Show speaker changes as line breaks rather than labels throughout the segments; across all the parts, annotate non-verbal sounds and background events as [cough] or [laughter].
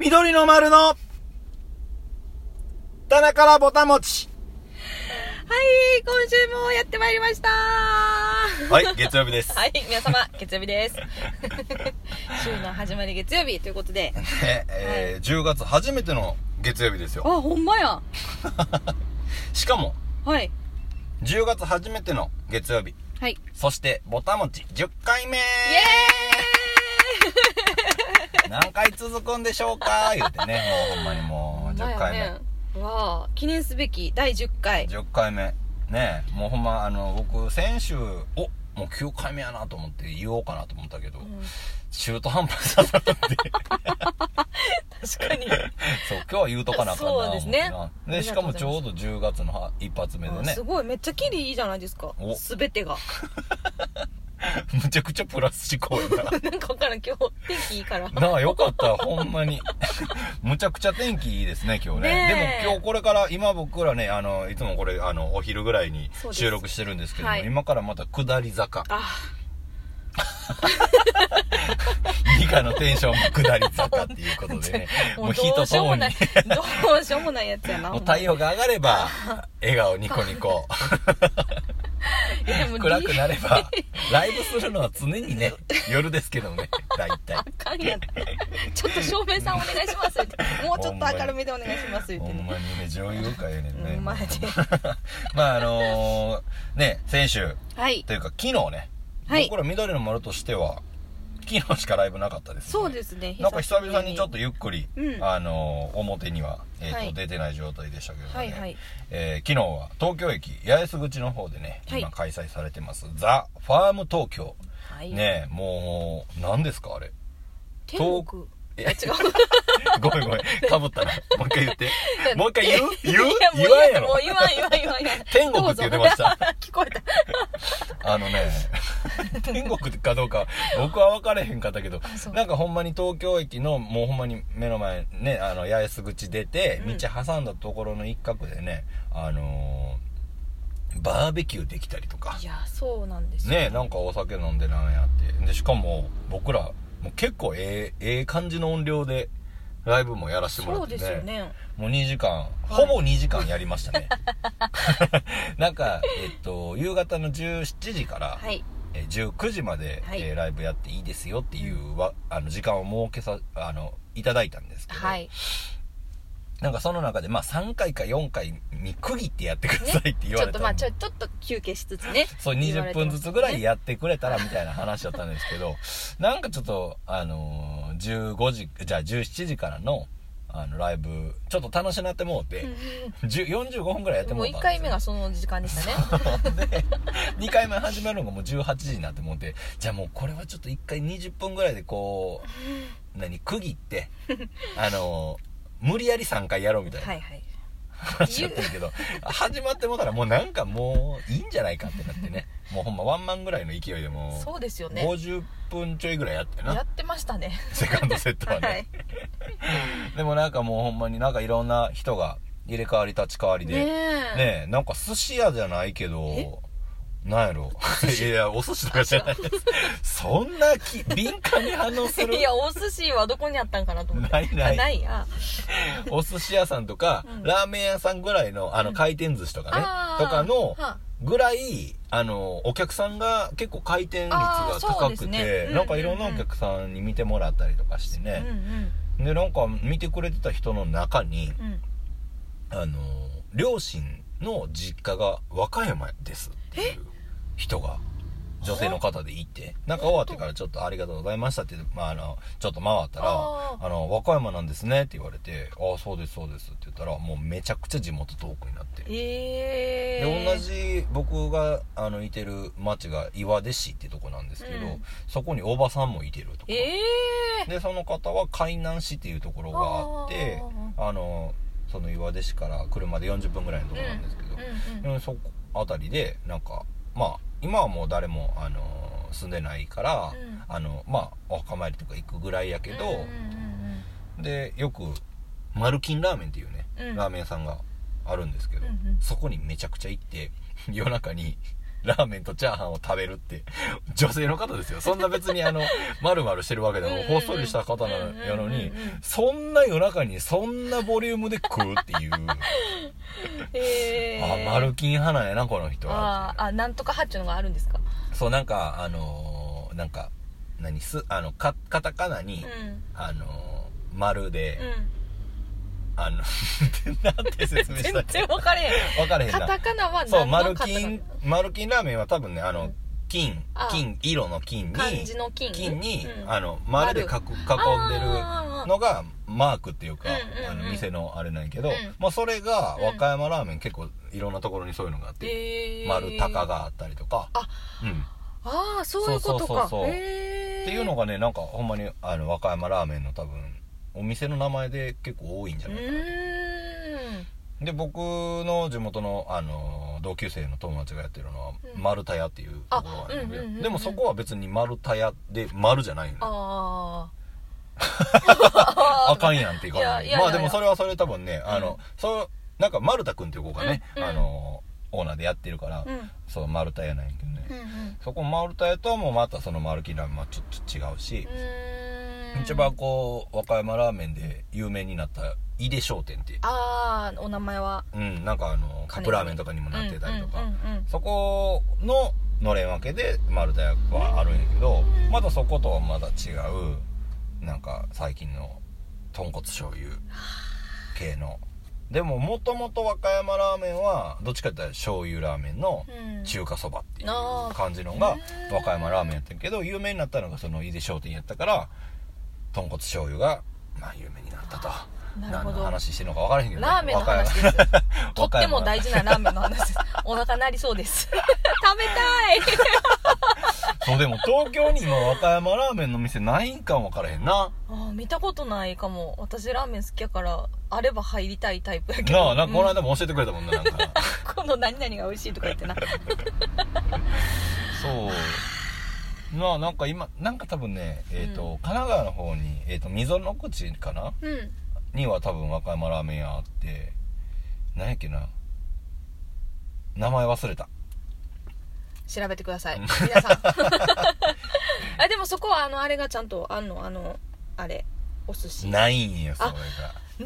緑の丸の、棚からぼたもち。
はい、今週もやってまいりましたは
はい、月曜日です。
い、皆様、月曜日です。 [laughs] 週の始まり月曜日ということで。
ねえー10月初めての月曜日です
あ、
よ。
ほんまや。
しかも、
はい。
10月初めての月曜日。
はい。イ
そして、ぼたもち10回目
エ
何回続くんでしょうか言うてね、も [laughs] うほんまにもう
ーイ
10回目。。
目。わあ、記念すべき第10回。
10回目。ねえ、もうほんま、あの、僕、先週、おもう9回目やなと思って言おうかなと思ったけど、
うん
中途半端だなって。
確かに。
[laughs] そう、今日は言うとかなあかんな
そうです
思って
ねありがとうございま
なで、
す
しかもちょうど10月のは一発目で
あ
ね
す、ごい、めっちゃキリいいじゃないですか
お。
すべてが。 [laughs]
[laughs] むちゃくちゃプラス思考や
なんかわからん、今日天気いいから。
な。 [laughs] なあ、よかった、ほんまに。 [laughs] むちゃくちゃ天気いいですね、今日
ね
ね。
え
でも今日これから、今僕らね、あの、いつもこれ、あの、お昼ぐらいに
そうです
収録してるんですけども、
はい
今からまた下り坂。 [laughs]
あ、。
以下のテンションも下り坂っていうことでね [laughs]
[laughs]
もう
どう
人
しよ
と
う
も
も
に
な、い、どうしようもないやつやな。
もう太陽が上がれ
[laughs]
ば、笑顔ニコニコ。
いやでも
暗くなれば、ライブするのは常にね、夜ですけどね、大体。
あかんやって [laughs] ちょっと照明さんお願いしますってもうちょっと明るめでお願いしますって
ほん
ね
まにね、女優かええねんね。
うんマジ
[laughs] まああのー、ね、先週、
はい
というか昨日ね、
はい
僕ら緑の丸としては、昨日しかライブなかったです、
そうですね
なんか久々にちょっ
と
とゆっくり、
うん
あのー表には、えーと
はい
出てない状態でしたけどね、
はいはい
えー昨日は東京駅八重洲口の方でね、
はい
今開催されてます「ザ・ファーム東京
はい、」
ねもう何ですかあれ
天国
え
いや違う
[laughs] ごめんごめんかぶったなもう一回言
[laughs]
ってもう一回言う言う
いやもう
言わんやろ
もう言わん言わん言わん言わん
天国って言ってました
どうぞ [laughs] 聞こえた
あのね天国かどうか僕は分かれへんかったけど
あそう
なんかほんまに東京駅のもうほんまに目の前ねあの八重洲口出て
うん
道挟んだところの一角でね、あのーバーベキューできたりとか
いやそうなんですよ
ねなんかお酒飲んでなんやってでしかも僕らもう結構ええええ感じの音量でライブもやらせてもら
そ
っ
う
て、
ですよね
もう2時間、
はい
ほぼ2時間やりましたね [laughs] なんかえっと夕方の17時から、
はい
えー19時まで、
はい
えーライブやっていいですよっていうわ、あの時間を設けさあのいただいたんですけど、
はい
なんかその中で、まあ、3回か4回に区切ってやってくださいって言
ち
わ
ょ
れた
っと
んで
まあちょちょっと休憩しつつね
そう
言われ
20
てま
分
したね
ずつぐらいやってくれたらみたいな話だったんですけど [laughs] なんかちょっとあのー15時じゃあ17時からのあのライブちょっと楽しなってもうて、10 45分ぐらいやって
も
も
う
うた
1
んで
回
す
目
よ
がその時間でしたね
[laughs] で2回目始めるのがもう18時になってもうてじゃあもうこれはちょっと1回20分ぐらいでこ
[laughs]
う何区切ってあの無理やり3回やろうみたい
は
ない
はい
話やってるけど、始まってもうたらもうなんかもういいんじゃないかってなってねもうほんまワンマンぐらいの勢いでも
そうですよね
50分ちょいぐらいやって
や
な
ってましたね
セカンドセットはね、
はい
でもなんかもうほんまになんかいろんな人が入れ替わり立ち替わりで、
ねえ
ねえなんか寿司屋じゃないけどなんやろいやお寿司とかじゃないですそんなき敏感に反応する
いやお寿司はどこにあったんかなと思って
ないない
あないや
お寿司屋さんとか、
うん
ラーメン屋さんぐらいのあの回転寿司とかね、
あー
とかの
は
ぐらいあのお客さんが結構回転率が
あーそう
高
です
くて、
ね
なんかいろんなお客さんに見てもらったりとかして
うんう
ね、
ん
でなんか見てくれてた人の中に
うん
あの両親の実家が和歌山ですっていう人が女性の方でいてなんか終わってからちょっとありがとうございましたって、まあ、あのちょっと回ったら「
あ
あの和歌山なんですね」って言われて「ああそうですそうです」って言ったらもうめちゃくちゃ地元トークになって。
え
で
え
同じ僕があのいてる町が岩出市ってとこなんですけど、
うん
そこにおばさんもいてるとか、
ええ
でその方は海南市っていうところがあってあのその岩出市から車で40分ぐらいのところなんですけど、
うんうん
うん、そこあたりでなんかまあ今はもう誰も、あのー住んでないから、
うん
あのまあお墓参りとか行くぐらいやけ
うん
ど
うん、うん
でよくマルキンラーメンっていうね、
うん
ラーメン屋さんがあるんですけど、
うんう
[laughs]
ん
そこにめちゃくちゃ行って夜中にラーメンとチャーハンを食べるって、 [laughs] 女性の方ですよ。そんな別にあ
[laughs]
の、まるまるしてるわけで
うんう
も、
ん
ほっそりした方なのやのに
うんうんうん、
そんな夜中にそんなボリュームで食うっていう、
へ
あ
え、
マルキン派なんやな、この人は
あ。ーあなんとか派っていうのがあるんですか
そう、なんか、あのーなんか、何す、あの、か、カタカナ
う
に
ん、う
あのー丸で、
ん
あの、 [laughs] なんて説明した
全
っけ
然分かれへん
分かれへんな
カ。タカナは
そう、
何
マ
の
ル
カタカナ
キン、マルキンラーメンは多分ね、あ
う
の
ん、
金
あ、
金、色の金に、
漢字の金
金に、
うん
あの、丸で囲囲んでる
あー
のが、マークっていうか、
うんうんうん
あの、店のあれなんやけど、うんまあ、それが、
うん
和歌山ラーメン結構いろんなところにそういうのがあって、
へー
丸高があったりとか、
あ
うん。っ
ああそういうこと
そ
か
うそうそうそう
へー
ていうのがね、なんか、ほんまに、あの、和歌山ラーメンの多分、お店の名前で結構多いんじゃ
う
ない
ーん
で僕の地元の、あの同級生の友達がやってるのは
うん
丸太屋っていうところがあるんで、
あうんうんうんうん
でもそこは別に丸太屋で丸じゃないよね
あ
[laughs] あ
あ
かんやんっていう感じ
いやいやいや
まあでもそれはそれ多分ねあの、
うん
そうなんか丸太くんっていう子がね、
うんうん
あのオーナーでやってるから、
うん
そう丸太屋なんやけどね、
うんうん
そこ丸太屋とはもうまたその丸木ラーメンはちょっと違うし、
うーん
一番こう和歌山ラーメンで有名になった井出商店って
ああお名前は
うんなんかあのカップラーメンとかにもなってたりとか、
うんうんうんうん
そこののれん分けで丸太屋はあるんやけどまだそことはまだ違うなんか最近の豚骨醤油系のでももともと和歌山ラーメンはどっちかって言ったら醤油ラーメンの
うん
中華そばってい
あー
う感じのが
うん
和歌山ラーメンやったけど有名になったのがその井出商店やったから豚骨醤油がまあ有名になったと
なるほど
何の話してるのか分からへんけどね
ラーメンの話ですとっても大事なラーメンの話ですお腹なりそうです
[laughs]
食べたい
そうでも東京に今和歌山ラーメンの店ないんかも分からへんな
あー見たことないかも私ラーメン好きやからあれば入りたいタイプやけど
なあなんかこの間も教えてくれたもんななん
[laughs]
か
この何々が美味しいとか言ってな
そうなあなんか今なんか多分ねえっ、と、
う
神奈川の方にえっ、と溝の口かな
うん
には多分和歌山ラーメン屋あってなんやっけな名前忘れた
調べてください皆
[laughs]
さんあでもそこはあのあれがちゃんとあんのあのあれお寿司な
ないんやそれ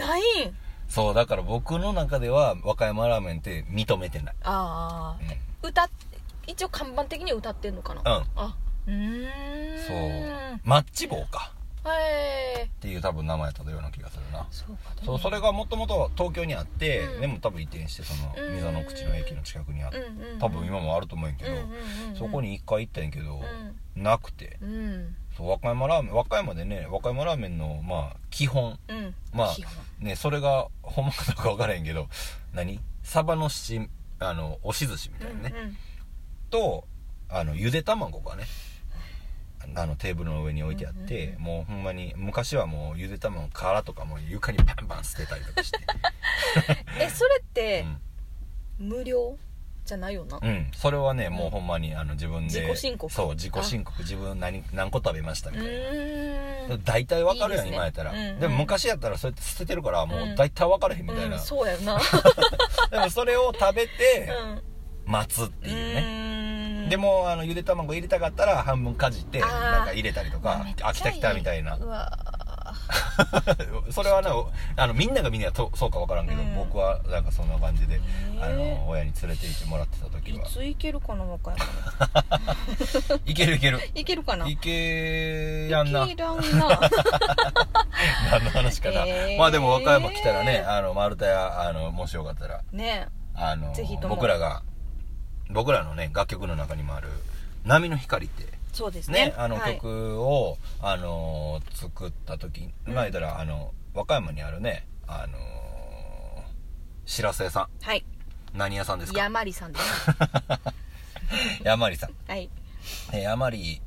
が
いん
そうだから僕の中では和歌山ラーメンって認めてない
ああ、歌っ一応看板的に歌ってんのかな、
うん、うん、
あうーん
そうマッチ棒か
はい
っていう多分名前やったような気がするな
そうかで
そ
も
うそれがもともと東京にあって、
うん
でも多分移転してその
うん
溝の口の駅の近くにあっ
う
て、
んうんうん
多分今もあると思うんやけ
うん
ど、
うんうんうん
そこに一回行ったんやけど、
う
なくて
んうん
そう和歌山ラーメン和歌山でね和歌山ラーメンのまあ基本
うん
まあ
基本
ねそれがほんまかどうか分からへんけど [laughs] 何サバのしあの押し寿司みたいなね、
うんうん
とあのゆで卵がねあのテーブルの上に置いてあって、
うんうんうん
もうほんまに昔はもうゆで卵殻とかもう床にバンバン捨てたりとかして、
[laughs] えそれって
うん
無料じゃないよな
うん、それはね、もうほんまにあの自分で
自己申告
そう自己申告自分何何個食べました
う
みたいな、
ーん
大体わかるやん
いいですね
今やったら、
うんうん
でも昔やったらそうやって捨ててるからも
うん
う大体わかれへんみたいな、
うん、そうやよな
[laughs] でもそれを食べて
うん
待つっていうね、
ね
でもあのゆで卵入れたかったら半分かじって
あー
なんか入れたりとかあ来た来たみたいな [laughs]
うわ
それはなあのみんながみんなとそうかわからんけど、
うん
僕はなんかそんな感じで、
ー
あの親に連れて行ってもらってた時
い
は
つ行けるかな和歌山
いけるいける
行けるかない
けやんな
行け
[laughs]
らんな
何の話かな、
えー
まあでも和歌山来たらねあの丸太屋あのもしよかったら
ね
あの
ぜひとも
僕らが僕らのね楽曲の中にもある「波の光」って
そうですね
ねあの
はい
曲を、あの作った時
うん
前たらあの和歌山にあるねあの知らせ屋さ
はい
ん何屋さんですか
やまりさんです
やまりさん
はい
えー、あまり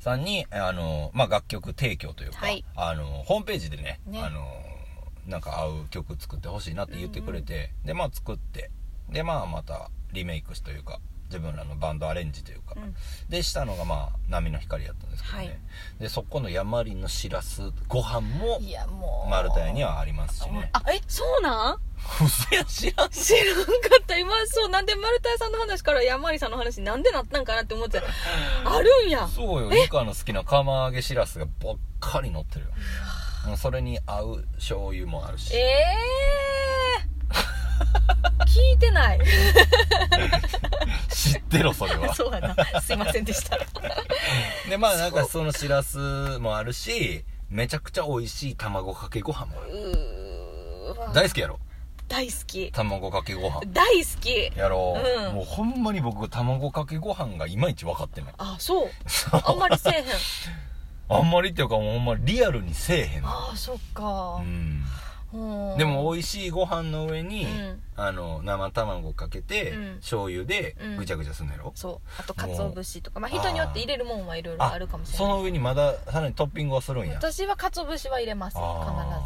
さんに、えーあのーまあ、楽曲提供というか、
はい
あのーホームページでね、
ね
あのーなんか合う曲作ってほしいなって言ってくれて、で、まあ、作って、で、まあ、またリメイクしというか、自分らのバンドアレンジというか、
うん
で、したのが、まあ、波の光やったんですけどね。
はい
で、そこのやまりのしらす、ご飯も、
いやもう
丸太屋にはありますしね。
あえそうなん
嘘や知らん
知らんかった今そうなんで丸太屋さんの話から山里さんの話になんでなったんかなって思ってたあるんや
そうよリカの好きな釜揚げしらすがばっかり乗ってるよもうそれに合う醤油もあるし
ええー、聞いてない
[laughs] 知ってろそれは
[laughs] そうやなすいませんでした
でまあなんかそのしらすもあるしめちゃくちゃ美味しい卵かけご飯もあ
う
る
ーわ
大好きやろ
大好き
卵かけご飯
大好き
やろう、
うん
もうほんまに僕卵かけご飯がいまいち分かってない
あそうあんまりせえへん
あんまりっていうかもうほんまリアルにせえへんの
ああそっか
う、ん
うん
でも美味しいご飯の上に、
うん
あの生卵かけて、
うん
醤油で
うん
ぐちゃぐちゃすんのやろ、
そうあと鰹節とかまあ人によって入れるもんはいろいろあるかもしれ
そ
ない
の上にまださらにトッピングはするんや
私は鰹節は入れます
あ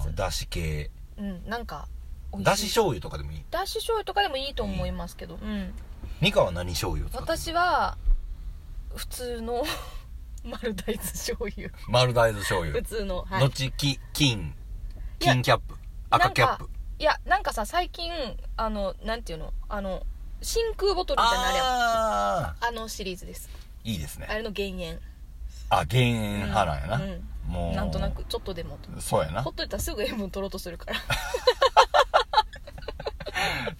ー
必
だし系
ずうんなんか美
だ
味
し
しい
醤油とかでもいい
だし醤油とかでもいいと思いますけど、うん、
ニカは何醤油を使ってる
私は普通の [laughs] 丸大豆醤油
丸大豆醤油
普通のは
どっ
い
ちき金
いや
金キャップ赤キャップ
いやなんかさ最近あのなんていうのあの真空ボトルみたいなのあれやん
ああ
あのシリーズです
いいですね
あれの減塩
あ減塩派なんやな、
うんう
も
ん
う
なんとなくちょっとでもと
そうやな
ほっといたらすぐ塩分取ろうとする
[laughs]
から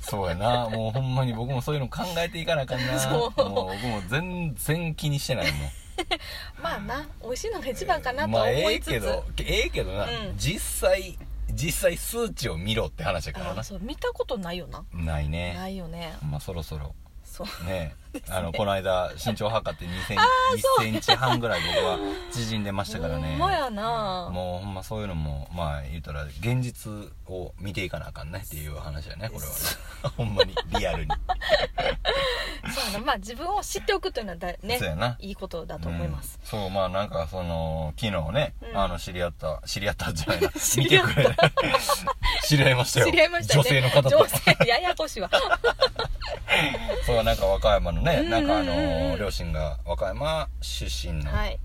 そうやなもうほんまに僕もそういうの考えていかなあかんな
[laughs] そう
もう僕も全然気にしてないもん
まあな美味しいのが一番かなと
ま
は
あ
思
ええ
いつつ、
けどええけどな、
うん
実際実際数値を見ろって話やから
あ
な
そう見たことないよな
ないね
ないよね
まあそろそろ
そう
ねあのこの間身長測って2セン1センチ半ぐらい僕は縮んでましたからね
ほんまやな
もうほんまそういうのもまあ言ったら現実を見ていかなあかんねっていう話やねこれは [laughs] ねほんまにリアルに
そうやなまあ自分を知っておくというのはだね
そうやない
いことだと思います、
うんそうまあなんかその昨日ね、
うん
あの知り合った知り合ったんじゃないな
[laughs] 知り合った
見てくれ [laughs] 知り合いましたよ
知り合いましたよね
女性の方と
女性やや
[laughs]
こしいわ
そうなんか和歌山のね、
うんうんうん
なんかあの両親が和歌山出身の
はい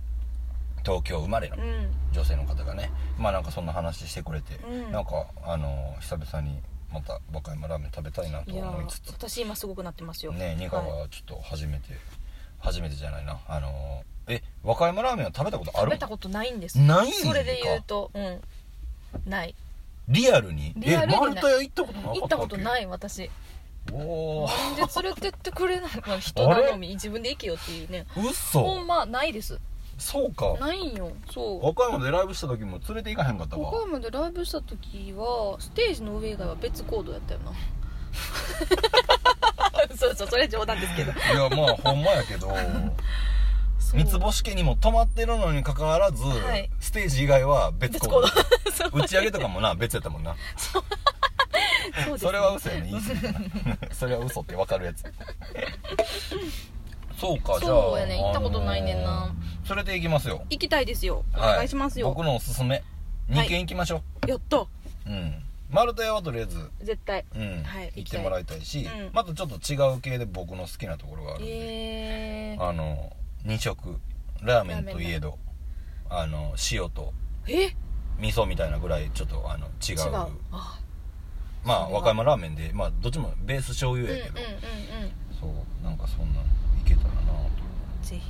東京生まれの
うん
女性の方がね、まあなんかそんな話してくれて、
うん
なんかあの久々にまた和歌山ラーメン食べたいなと
いや
思いつ
ー
つ
私今すごくなってますよ
ねニカ
はい
はちょっと初めて、初めてじゃないなあのえ和歌山ラーメンは食べたことあ
食
る
べたことないんです
ないんか
それで言うとうんない
リアルに
リアルに
え
ない
丸太屋行ったことなかった
行ったことないい私
おお
なんで連れてってくれないまあ人頼み自分で行けよっていうねほ
嘘
んまないです
そうか
ないんよそう
和歌山でライブした時も連れて行かへんかった
岡
わ
山でライブした時はステージの上以外は別行動やった
[laughs]
よなそうそうそれ冗談ですけど
いやまあほんまやけ
[laughs]
ど三つ星家にも泊まってるのにかかわらず、
はい
ステージ以外は別行動
[laughs] 別
打ち上げとかも
[laughs]
な別やったもんな
そうですね
それは嘘やね言い過ぎたな [laughs] それは嘘ってわかる
[laughs]
やつそうかじゃあ
そうやね行ったことないねんな
あのーそれで行きますよ
行きたいですよお
は
願いしますよ、
僕のおすすめ
はい
2軒行きましょう、
やった
うん丸太屋はとりあえず、
絶対
うん
はい
行ってもらいたいし、
行きたいうん
またちょっと違う系で僕の好きなところがあるんで、
えー、
あの2食ラーメンといえどあの塩と
え
味噌みたいなぐらいちょっとあの違
違
う
うあ
まあ
それは
和歌山ラーメンでまあどっちもベース醤
うん
油
うんうん
やけど、
う
そうなんかそんなんいけたらなと
んぜひ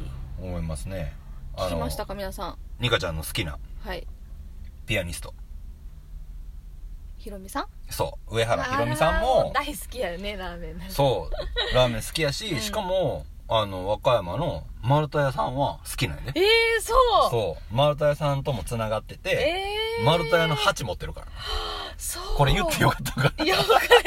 思いますね
聞きましたか皆さん
ニカちゃんの好きな
はい
ピアニスト
ひろみさん
そう上原ひろみさん
あー
も
大好きやよねラーメン
そうラーメン好きやし、
うん
しかもあの和歌山の丸太屋さんは好きなんやで
えー、そう
そう丸太屋さんともつながってて、
えー、
丸太屋の鉢持ってるから
そう
これ言ってよかったか
いや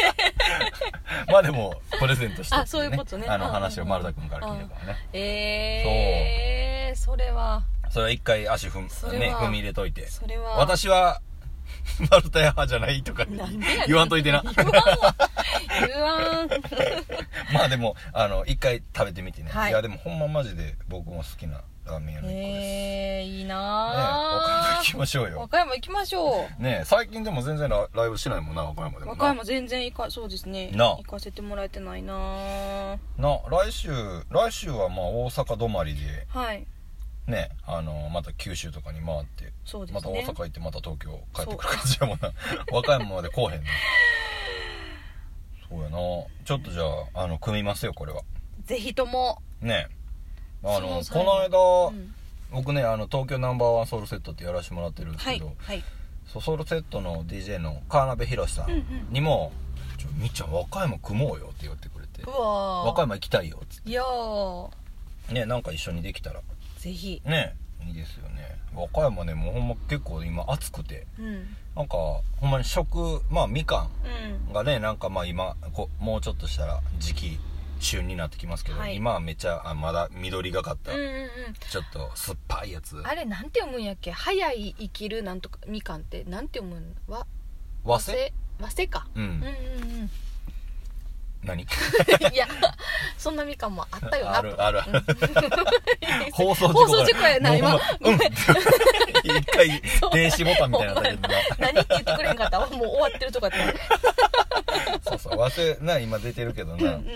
[laughs] まあでもプレゼントして、
あそういうことね
あの
うん
話を丸田君から聞いたからね
えー、それは
それは一回足踏
そ
む、
れ
ね、
は
踏み入れといて
それは
私は [laughs] 丸太屋派じゃないとか
なんでやねん
言わんといて
[laughs]
な [laughs]
言わんわ言わん
まあでもあの一回食べてみてね、
はい
い、やでもほんまマジで僕も好きなラーメン屋の一個です、ね [laughs]
えー、いい
え
な
岡山
あ
行きましょう
和
よ
歌山行きましょ
ねえ最近でも全然ラライブしないもんな和歌山で
う
もな
和歌山全然行かそうですね
なあ
行かせてもらえてないなあ
な来週来週はまあ大阪止まりで
はい
ねあのまた九州とかに回って
そうで
ますた大
ね
阪行ってまた東京帰ってくる感じやもんな和歌山まで来おへんなそうやなちょっとじゃああの組みますよこれは
ぜひとも
ねあの
そ
こ
の際
の間、
うん
僕ねあの東京ナンバーワンソウルセットってやらせてもらってるんです
は
け
い
ど、
はい
そうソウルセットの DJ の川辺宏さ
うん
ん
うん
にも「ちょみっちゃん和歌山組もうよ」って言ってくれて
う
「
わ
和歌
い
山行きたいよ」っつっ
いやー
てねなんか一緒にできたら
ぜひ
ねいいですよね和歌山ねもうほんま結構今暑くて
うんうん
なんかほんまに食まあみかんがねなんかまあ今こもうちょっとしたら時期旬になってきますけど、
はい
今はめちゃあまだ緑がかっ
う
た、
んうんうん
ちょっと酸っぱいやつ
あれなんて読むんやっけ早い生きるなんとかみかんってなんて読むんわ
和製
和製か
うん、
うんうんうん
[laughs] 何
いや [laughs] そんなみかんもあったよな
あるあるある
うん
放送事故
放送事故やな今
もうほんまうん一 [laughs] 回電子ボタンみたいになったけどな
[laughs] 何って言ってくれんかった [laughs] もう終わってるとかって
そうそう忘れな今出てるけど
うんう
な、
んうん
そ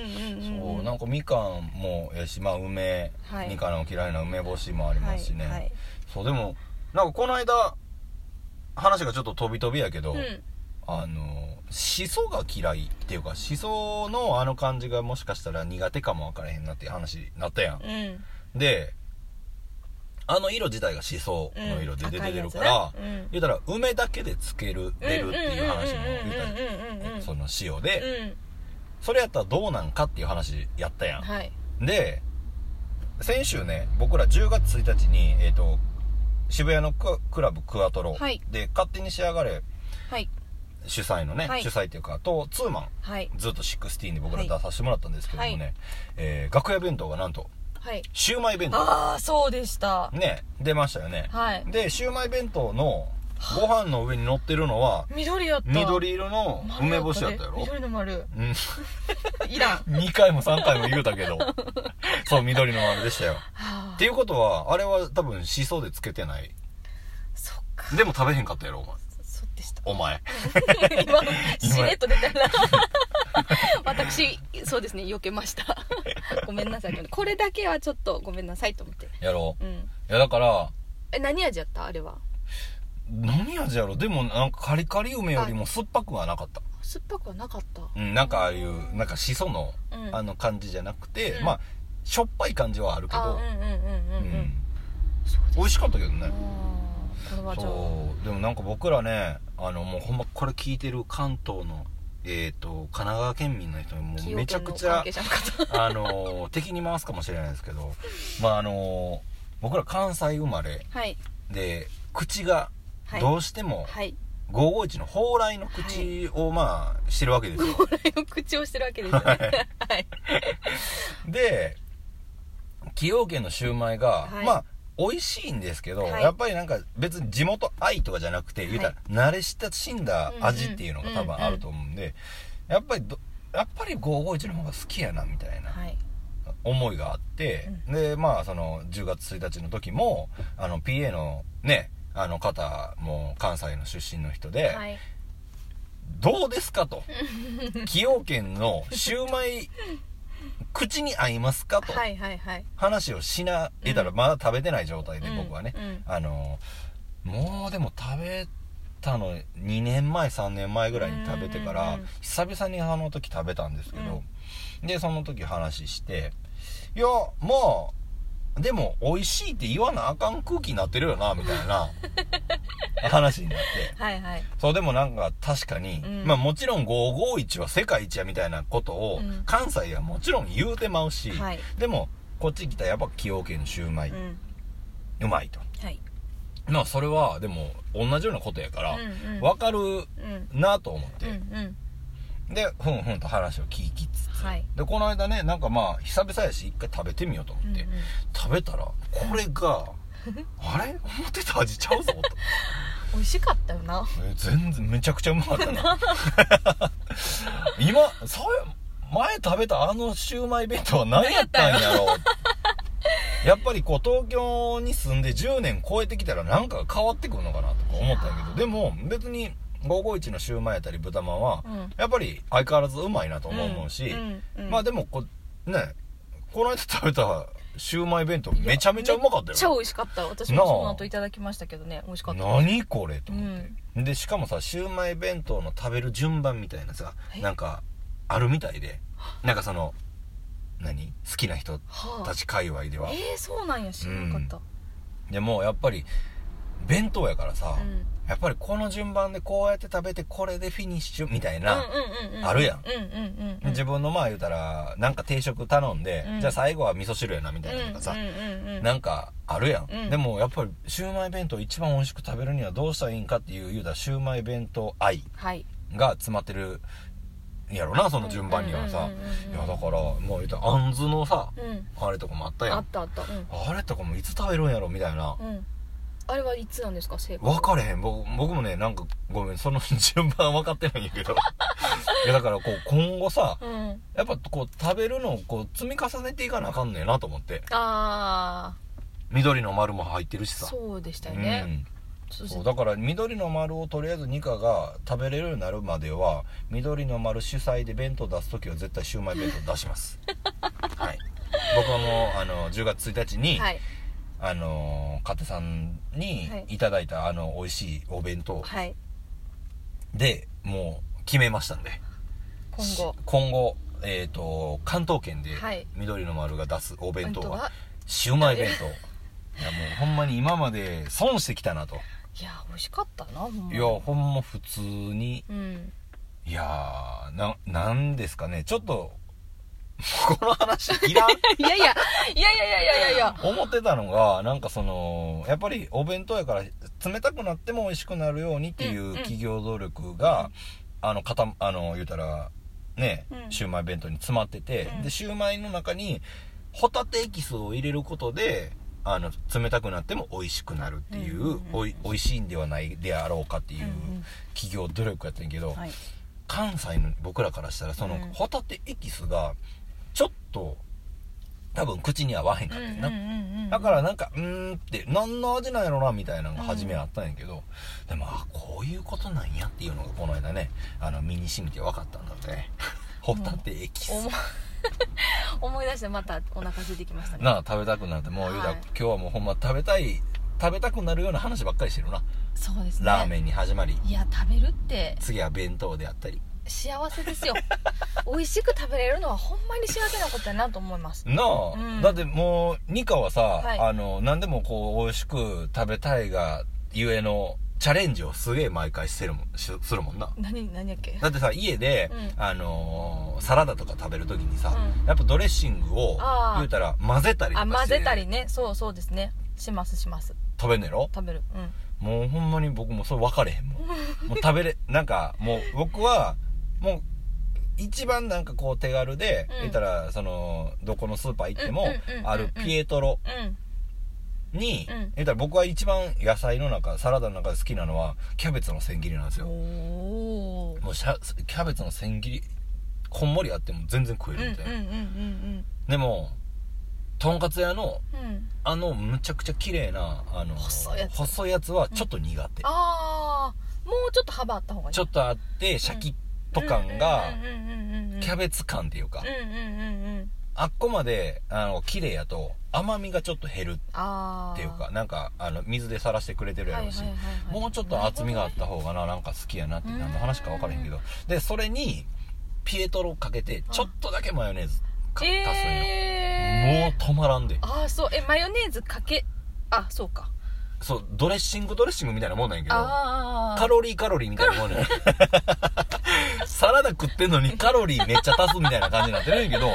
ううんなんかみかんもやしまあ梅、
はい
みかんの嫌いな梅干しもありますしね、
はいはい
そうでもなんかこの間話がちょっと飛び飛びやけど、
うん
あのしそが嫌いっていうかしそのあの感じがもしかしたら苦手かも分からへんなっていう話になったやん、
うん
であの色自体がしそ
うん
の色で出
赤
て
い
る
や
か
つな
ら、
うん
言うたら梅だけでつける出るっていう話も言うたら
うんうんうんうんうんうんうん
その塩で、
うん
それやったらどうなんかっていう話やったやん、
はい
で先週ね僕ら10月1日に、えー、と渋谷のククラブクアトロ、
はい
で勝手に仕上がれ
はい
主催のね、
はい
主催っていうかとツーマン
はい
ずっと16で僕ら
はい
出させてもらったんですけどもね、
はい
えー楽屋弁当がなんと
はい
シウマイ弁当
ああそうでした
ね出ましたよね、
はい
でシウマイ弁当のご飯の上に乗ってるのは
緑やった
緑色の梅干しやったやろ
緑の丸
うん
いらんは
2回も3回も言うたけ
[laughs]
どそう緑の丸でしたよ
あ
っていうことはあれは多分しそでつけてない
そっか
でも食べへんかったやろお
そうでした
前お前
[laughs] 今しれっと出たな [laughs] 私そうですね避けました [laughs] ごめんなさいこれだけはちょっとごめんなさいと思って
やろう
うん
いやだから
え何味やったあれは
何味やろでもなんかカリカリ梅よりも酸っぱくはなかった
酸っぱくはなかった
うんなんかああいうなんかしその、
うん
あの感じじゃなくて、
うん
まあしょっぱい感じはあるけ
あ
ど
うんうんうんうんう
うんん
そうです
美味しかったけど
あ
ね
ーこれはじゃあ
そうでもなんか僕らねあのもうほんまこれ聞いてる関東のえっ、と神奈川県民の人にも
崎
う
陽
めちゃ
軒
く
の
ちゃ
関係者の方
あのー敵に回すかもしれないですけどまああのー僕ら関西生まれ
[laughs] はい
で口が
はい
どうしても
はい [laughs]
551の蓬莱の口をまあしてるわけですよ、
これを口をしてるわけですよねはい
で崎陽軒のシューマイが、
はい
まあ美味しいんですけど、
はい
やっぱりなんか別に地元愛とかじゃなくて、言うたら慣れ親しんだ味っていうのが多分あると思うんで、やっぱりどやっぱり551の方が好きやなみたいな、
はい
思いがあって、でまあその10月1日の時もあの PA のねあの方も関西の出身の人で、
はい
どうですかと崎陽軒のシューマイ口に合いますかと
はいはいはい
話をしなえたら
う
まだ食べてない状態で僕はね、
うんうん
あのもうでも食べたの2年前3年前ぐらいに食べてから、
うんうんうん
久々にあの時食べたんですけど、でその時話していやまあでも美味しいって言わなあかん空気になってるよなみたい
[laughs]
な話になって
はいはい
そうでもなんか確かに、
うん
まあもちろん551は世界一やみたいなことを
うん
関西はもちろん言うてまうし、
はい
でもこっち来たらやっぱ崎陽軒のシューマイ、
う
うんまいと
はい
まあそれはでも同じようなことやから、
うんうん
わかる
うん
なと思って、
うんうん
でふんふんと話を聞きつつ、
はい
でこの間ねなんかまあ久々やし一回食べてみようと思って、
うんうん
食べたらこれ
[laughs]
があれ思ってた味ちゃうぞと
美味しかったよな
え全然めちゃくちゃうまかった
[laughs]
な今そういう前食べたあのシューマイ弁当は何やったんやろう
[laughs]
やっぱりこう東京に住んで10年超えてきたらなんか変わってくるのかなとか思ったんやけどでも別に551のシューマイやったり豚まんは
うん
やっぱり相変わらずうまいなとも思うし、
んうん
まあでもこうねこの間食べたシューマイ弁当めちゃめちゃうまかった
めっ
よ
ちゃ美味しかった私もその後いただきましたけどね美味しかった
何これと思って、でしかもさシウマイ弁当の食べる順番みたいなさ
え
なんかあるみたいでなんかその何好きな人
はあ
たち界隈では
えー、そうなんや知らなかった
でもやっぱり弁当やからさ、
うん、うん、
やっぱりこの順番でこうやって食べてこれでフィニッシュみたいな、
うんうんうん
あるやん
うんうんうんうん
自分のまあ言うたらなんか定食頼んで、
うん
じゃあ最後は味噌汁やなみたいなのがさ、
うんうんうんうん
なんかあるやん、
うん
でもやっぱりシューマイ弁当一番美味しく食べるにはどうしたらいいんかっていう言うたらシューマイ弁当愛
はい
が詰まってるんやろなその順番にはさ
うんうんうんうんうん
いやだからもう言うたらあんずのさ
うん
あれとかもあったや
あっ
ん
たあったうん
あれとかもいつ食べるんやろみたいな
うんあれはいつなんですか成功
分かれへん僕僕もねなんかごめんその順番分かってないんやけど
[laughs]
いやだからこう今後さ
うん
やっぱこう食べるのをこう積み重ねていかなあかんねえなと思って
あ
緑の丸も入ってるしさ
あそうでしたよ
う
ね
ん
そう
そうだから緑の丸をとりあえずニカが食べれるようになるまでは緑の丸主催で弁当出す時は絶対シューマイ弁当出します
[laughs]
はい僕はもうあの10月1日に、
はい
あの加手さんに
はい
いただいたあの美味しいお弁当
はい
でもう決めましたんで
今後
し今後えっ、と関東圏で
はい
緑の丸が出すお弁当
本当
は
は
シューマイ弁当いやもうほんまに今まで損してきたなと
いや美味しかったなほんまに
いやほんま普通に
うん
いやー、な、なんですかね。ちょっと、 [laughs] この話い
[laughs]
らん
いやいやいやいやいやいやいや
思ってたのが、なんかその、やっぱりお弁当やから冷たくなっても美味しくなるようにってい
んうん
う企業努力が、あの、かた、あの、言うたら、ね、
うん
シューマイ弁当に詰まってて、
うん
で、シューマイの中に、ホタテエキスを入れることで、あの、冷たくなっても美味しくなるっていう、
うんうんうん
おい、美味しいんではないであろうかっていううん
うん
企業努力やってんけど、
はい
関西の僕らからしたらその
うん
ホタテエキスがちょっと多分口に合わへんかったんやな、だからなんかうーんって何の味なんやろなみたいなのが初めはあったんやけど、でもあこういうことなんやっていうのがこの間ねあの身に染みて分かったんだ
[laughs]
ねホタテエキス、
思い [laughs] 思い出してまたお腹空いてきましたね
なあ食べたくなってもう言うたら、
はい
今日はもうほんま食べたい食べたくなるような話ばっかりしてるな
そうですね
ラーメンに始まり
いや食べるって
次は弁当であったり
幸せですよ [laughs] 美味しく食べれるのはほんまに幸せなことやなと思います
なあ、
うん
だってもうニカはさ、
はい
あの何でもこう美味しく食べたいがゆえのチャレンジをすげえ毎回してるもんしするもんな
何何やっけ
だってさ家で、
う
あのーサラダとか食べるときにさ、
う
やっぱドレッシングを
あー
言うたら混ぜたりと
あ
か
混
して
ぜたりねそうそうですねしますします
食べんのやろ
食べるうん
もうほんまに僕もそれ分かれへん
[laughs]
もんもう食べれなんかもう僕はもう一番なんかこう手軽で、
うん
言ったらそのどこのスーパー行って
うん
も
うんうんうんうん
あるピエトロ
うん
に、
うん
言ったら僕は一番野菜の中サラダの中で好きなのはキャベツの千切りなんですよ
おー
もうシャキャベツの千切りこんもりあっても全然食
う
え
んう
る
んうん
みたいな、
うん
でもとんかつ屋の
うんうん
あのむちゃくちゃ綺麗なあの
細いやつ
細いやつはちょっと苦手、
ああもうちょっと幅あった方がいい
ちょっとあってシャキッと感がキャ
ベ
ベツ感っていうか、
うんうんうんうん
あっこまであの綺麗やと甘みがちょっと減る
ああ
っていうかなんかあの水でさらしてくれてるやろうし、もうちょっと厚みがあった方がななんか好きやなって
うん
何の話か分からへんけどでそれにピエトロかけてちょっとだけマヨネーズか足すんよ、
え
もう止まらんで
ああそうえマヨネーズかけあそうか
そうドレッシングドレッシングみたいなもんなんやけど
ああ
カロリーカロリーみたいなもんなん
[laughs]
やサラダ食ってんのにカロリーめっちゃ足すみたいな感じになってるんやけど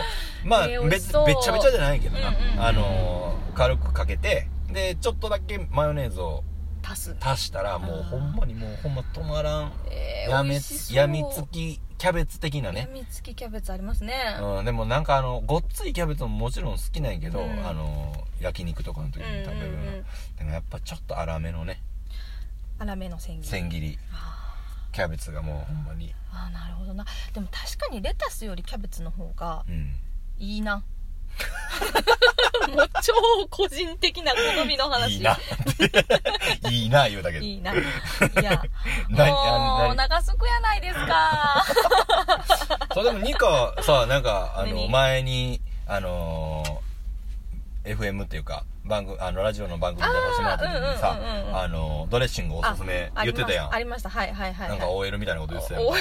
まあ、
えー美
べ
味しそう
べっちゃべちゃじゃないけどな、
うんうんうん
あのー軽くかけてでちょっとだけマヨネーズを
足す
足したらもうほんまにもうほんま止まらん
えー
や
美
め
味しそう
やみつきキャベツ的な
や
ね、
みつきキャベツありますね
うん、でもなんかあのごっついキャベツももちろん好きなんやけど、
うん
あの焼肉とかの時
うん
に食べるような、
うんうん
でもやっぱちょっと粗めのね
粗めの千切り
千切り
あ
キャベツがもうほんまに
ーあーなるほどなでも確かにレタスよりキャベツの方が
うん
い
[laughs]
いなもう超個人的な好みの話
いいな [laughs] いいな言うだけで
い
[laughs]
いないやもう
何
お
何何
腹すくやないですか
そうでもニカさなんかあの
何
前にあのー FM っていうか番組あのラジオの番組で出させてもらった時に
あーうんうんうんうん
さあのドレッシングおすすめ [laughs]
あ
言ってたやん
ありましたありましたはいはいはい
なんか
はい
OL みたいなこと言ってたやん
お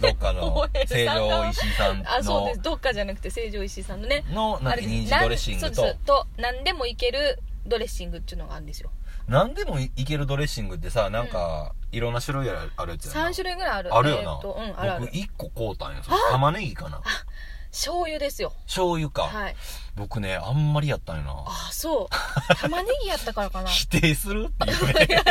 どっかの
OL
成城石井さん
あそうです
の
どっかじゃなくて成城石井さんのね
のなん
あ
か
れ
ニンジンドレッシング
なん
と
そうですと何でもいけるドレッシングっていうのがあるんですよ
何でもいけるドレッシングってさなんかいろんな種類あるやつやな
3種類ぐらいある
あるよ
えーっとうんある
な
ある
僕1個買うたんやそれ玉ねぎかな
醤油ですよ
醤油か
はい
僕ねあんまりやったんやな
あそう玉ねぎやったから
[laughs]
かな
否定するっていうね
でも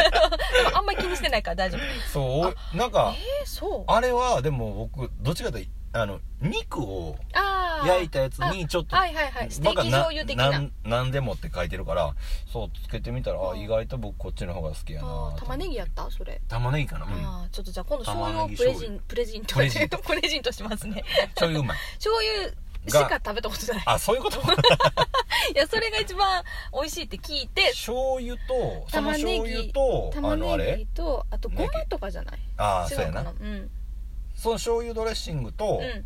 あんまり気にしてないから大丈夫え
そうなんか
ーそう
あれはでも僕どっちかというとあの肉を
ああ
焼いたやつにちょっと
はいはいはいステ
バ
ー
カ
キ醤油的な
なんなんでもって書いてるからそうつけてみたらあ意外と僕こっちの方が好きやな
あー玉ねぎやったそれ
玉ねぎかなうん
ああちょっとじゃあ今度醤
玉ね
油
ぎ
をプレジンプレジント
プレジント
プレジントします
[laughs]
ね
醤油うまい
醤油しか食べたことない
あそういう
[laughs]
こと
いやそれが一番美味しいって聞いて
醤油とその
玉ねぎ
醤油とあ
玉
のあ
ねぎ
れ
とあとごまとかじゃない
ああ
違
そうや
うかな
な
うん
その醤油ドレッシングと、
うん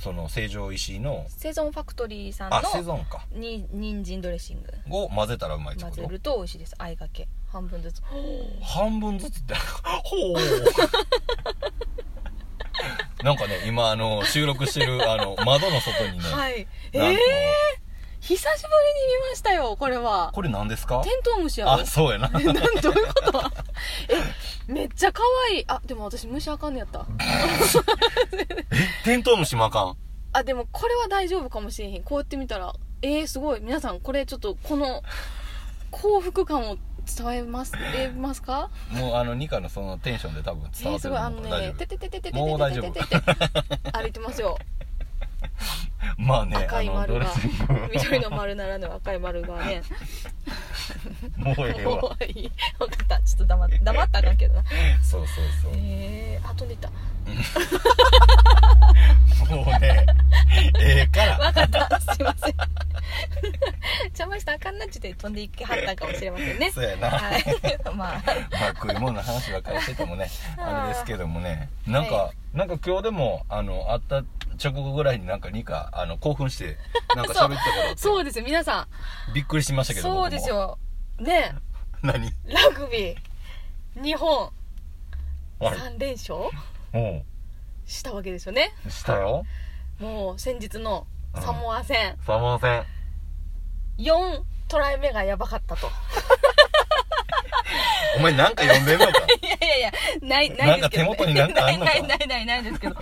その成城石井の
セゾンファクトリーさん
あセ
の
ゾンか
に人参ドレッシング
を混ぜたらうまいって
混
こ
ぜ
と
ると美味しいですあえがけ半分ずつ
半分ずつってほう
[laughs]
なんかね今あの収録してるあの窓の外にね、
はいえ
なん
ー
か、
久しぶりに見ましたよこれは
これ何ですか
テントウムシやろ
あそうやな
[laughs] なんどういうこと [laughs] えめっちゃ可愛いあでも私虫あかんねやった
テントウムシもあかん
あでもこれは大丈夫かもしれへんこうやってみたらえー、すごい皆さんこれちょっとこの幸福感を伝えますえますか
もうあのニカのそのテンションで多分
え
伝わ
ー、
って
す
る
ごい
と
あ
思
の
うから
ねて
大丈
てててててて
もう大丈
て
夫
てて [laughs] 歩いてますよ
夫まあね
赤
あ
い
の
丸
ドレ
が
ッシン
緑の丸ならぬ赤い丸
[laughs]
がね
グもうええ
[laughs]
わ
もういい分かったちょっと黙っ黙ったらあかんけどな
そうそうそう
えー、あ飛んでった
もうね、ええから。
分かったすいません邪魔したらあかんなっちで飛んでいきはったんかもしれませんね
そうやな。
はいまあ
まあ、食い物の話ばっかりしててもね、
あー
あれですけどもね。なんか、
は
なんか今日でも、あの、会った直後ぐらいになんかニカ、あの、興奮して、なんか喋ってたからって
そうですよ皆さん
びっくりしましたけど僕も
そうです。よね
何
えラグビー日本
はい。
3連勝
も
したわけですよね
う、したよ。
もう先日のサモア戦、
サモア戦。
4トライ目がやばかったと
お前なんか呼んでんのか。
いやいやいやないないですけど、
なんか手元になんかあんのか
[laughs] ないないないないですけど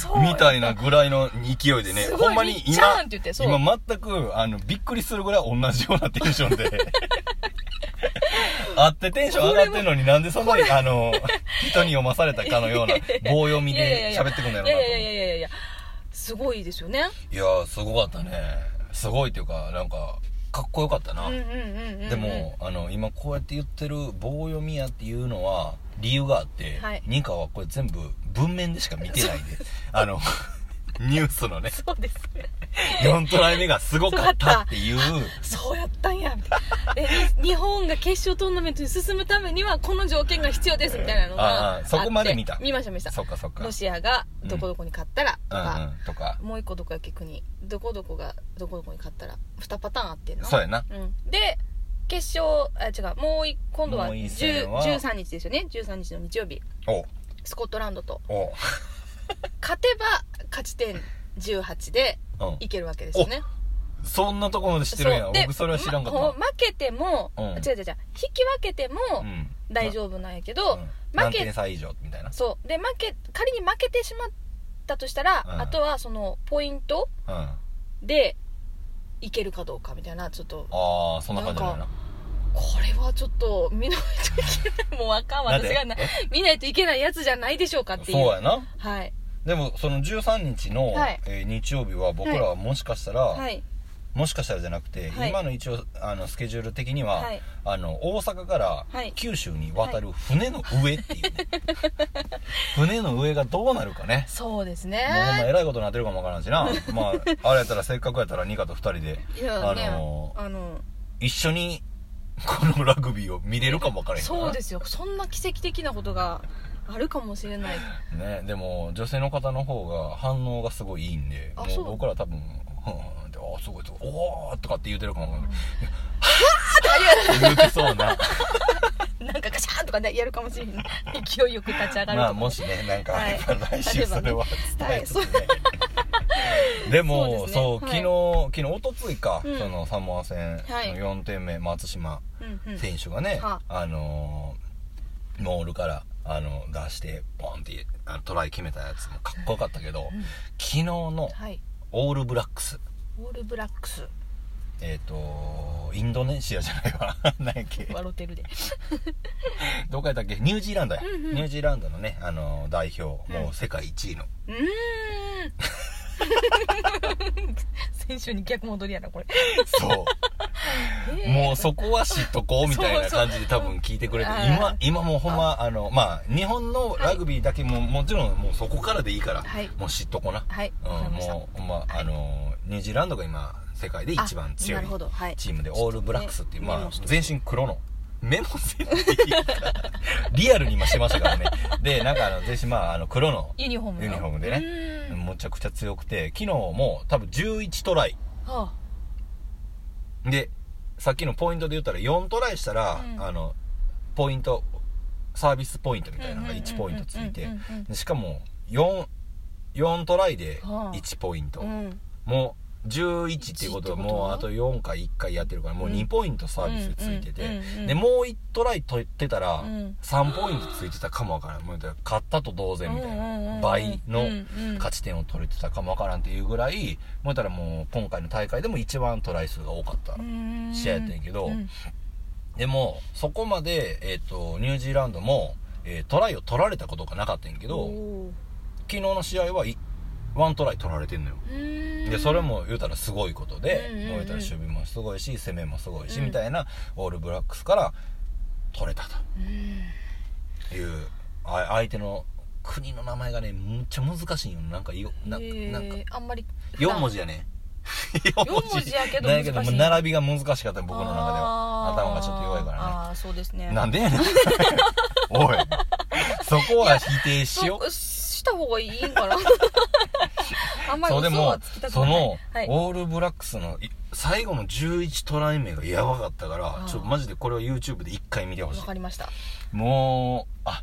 そう
みたいなぐらいの勢いでね、
すごい
ほんまに
みっちゃんって言ってそう
今、今全く、あの、びっくりするぐらい同じようなテンショ
[laughs]
ンで。あってテンション上がってんのになんでそんなに、あの、人に読まされたかのような棒読み
いやいや
で
いや
喋ってくんだろうなと思っ
い
て。
やいやいやいやいやすごいですよね
いやー、すごかったね。すごいっていうか、なんか、かっこよかったな。
うんうんうんうん、うん、
でも、あの、今こうやって言ってる棒読みやっていうのは、理由があって、
はい
ニカはこれ全部文面でしか見てないで、あ
[laughs]
の、ニュースのね、
そうです
4トライ目がすごかったっていう、
そうやったんやみたいなえ日本が決勝トーナメントに進むためにはこの条件が必要ですみたいなのが
あ
あっ
あ
て
そこまで見た
見ました見ました
そっかそっか。
ロシアがどこどこに勝ったらと
うん
か、
うん、とか。
もう一個どこやっけ国どこどこがどこどこに勝ったら2パターンあってんの
そうやな。
うん、で決勝あ違うもう一今度は
もう一
10
戦は
13日ですよね13日の日曜日
お
スコットランドと
お
勝てば勝ち点18で
うん。
いけるわけですよね
そんなとこまで知ってるんや
そ。うで
僕それは知らんか
ま
っ
こう負けても、
うん
違う違う違う引き分けても
た。うん。
大丈夫なんやけど、
うん
負
何
け
点差以上みたいな。
そうで負け仮に負けてしまったとしたら、
うん
あとはそのポイント
うん。あ
でいけるかどうかみたいなちょっと
あー、そんな感じだな。
これはちょっと見ないといけないもうあかんわ
なん
私
で
がな見ないといけないやつじゃないでしょうかっていう
そうやな。
はい
でも、その13日の、
はい
えー日曜日は僕らはもしかしたら、
はい
もしかしたらじゃなくて、
はい
今の一応、あの、スケジュール的には、
はい
あの、大阪から
はい
九州に渡る船の上っていうね。
[laughs]
船の上がどうなるかね。
そうです
もうほんま
ね
えらいことになってるかもわからんし
[laughs]
なまああれやったらせっかくやったらニカと二人で
いやね
あのー
あの
一緒にこのラグビーを見れるかもわからへんから
そうですすよそんな奇跡的なことがあるかもし
[laughs]
れない
ねでも女性の方の方が反応がすごいいいんで
あ
も
そう
僕ら多分「うん」って「あすごいすごいおー」とかって言うてるかもわかんない言うて
[laughs]
そうな
なんかガシャーンとかねやるかもしれない勢いよく立ち上がるとか、
まあもしねなんかあれば
は
来
い
週それは伝えつつねでも
そ
そうう
です
昨
ね
日昨日おとついか
うん
そのサモア戦の
はい
4点目松島
うんうん
選手がね
は
あのーモールからあの出してポンってあのトライ決めたやつもかっこよかったけど
うん
昨日の
はい
オールブラックス
オールブラックス
えっ、とインドネシアじゃないわ [laughs] 何やっけ
笑ってるで
どこやったっけニュージーランドや、
うんうん
ニュージーランドのね、あの代表、
うん
もう世界1位の
[laughs] うーん先週に逆戻りやなこれ
そうもうそこは知っとこうみたいな感じで多分聞いてくれて
そうそう
今今もうほんまあのまあ日本のラグビーだけも、もちろんもうそこからでいいから、
はい
もう知っとこな、
はいわか
う
り
ん、
ました
もうほんまあのニュージーランドが今世界で一番強
あ
い
なるほどはい
チームでオールブラックスっていう、
ちょっとねメ
ま
モし
あ
とく
全身黒のメモせんっていうかリアルに今してましたからねでなんかあの全身まああの黒の
ユニフォームの
ユニフォームでね
うーん
むちゃくちゃ強くて昨日も多分11トライ
はあ
でさっきのポイントで言ったら4トライしたら、
うん
あのポイントサービスポイントみたいなのが
うんうんうんうん
1ポイントついて
うんうんうん
でしかも 4, 4トライで
はあ
1ポイント、
うん
もう11っていうことは
11ってことは
もうあと4回1回やってるからもう2ポイントサービスでついて
うんうん
て
うんうん
でもう1トライ取ってたら
うん
3ポイントついてたかもわからんもうだから勝ったと同然みたい
うんうんうんう
なん倍
う
の
んうん
勝ち点を取れてたかもわからんっていうぐらいもうだからもう今回の大会でも一番トライ数が多かった
うーん
試合やったんやけど
うん
でもそこまでえっとニュージーランドもえートライを取られたことがなかったんやけど
おー
昨日の試合はい1トライ取られてんのよ
うーん
でそれも言うたらすごいことで、
うんうんうん
もう言うたら守備もすごいし攻めもすごいし、
うん
みたいなオールブラックスから取れた
うん
というあ相手の国の名前がねむっちゃ難しいよなんかよな
へー
なんか
あんまり
4文字やね
[laughs] 四文字やけど
なんやけど
難し
も
いう
並びが難しかった僕の中では
あー
頭がちょっと弱いから
ああそうですね
ねなんで
[laughs]
やねんおいそこは否定しよう
そした方がいいん
[laughs]
かなあんまり
そうで
嘘
も
はつきたく
そ
ない
の、
はい
オールブラックスのい最後の11トライ目がやばかったか
あ
ら
ー
ちょっとマジでこれを YouTube で1回見てほし
わかりました
いもうあ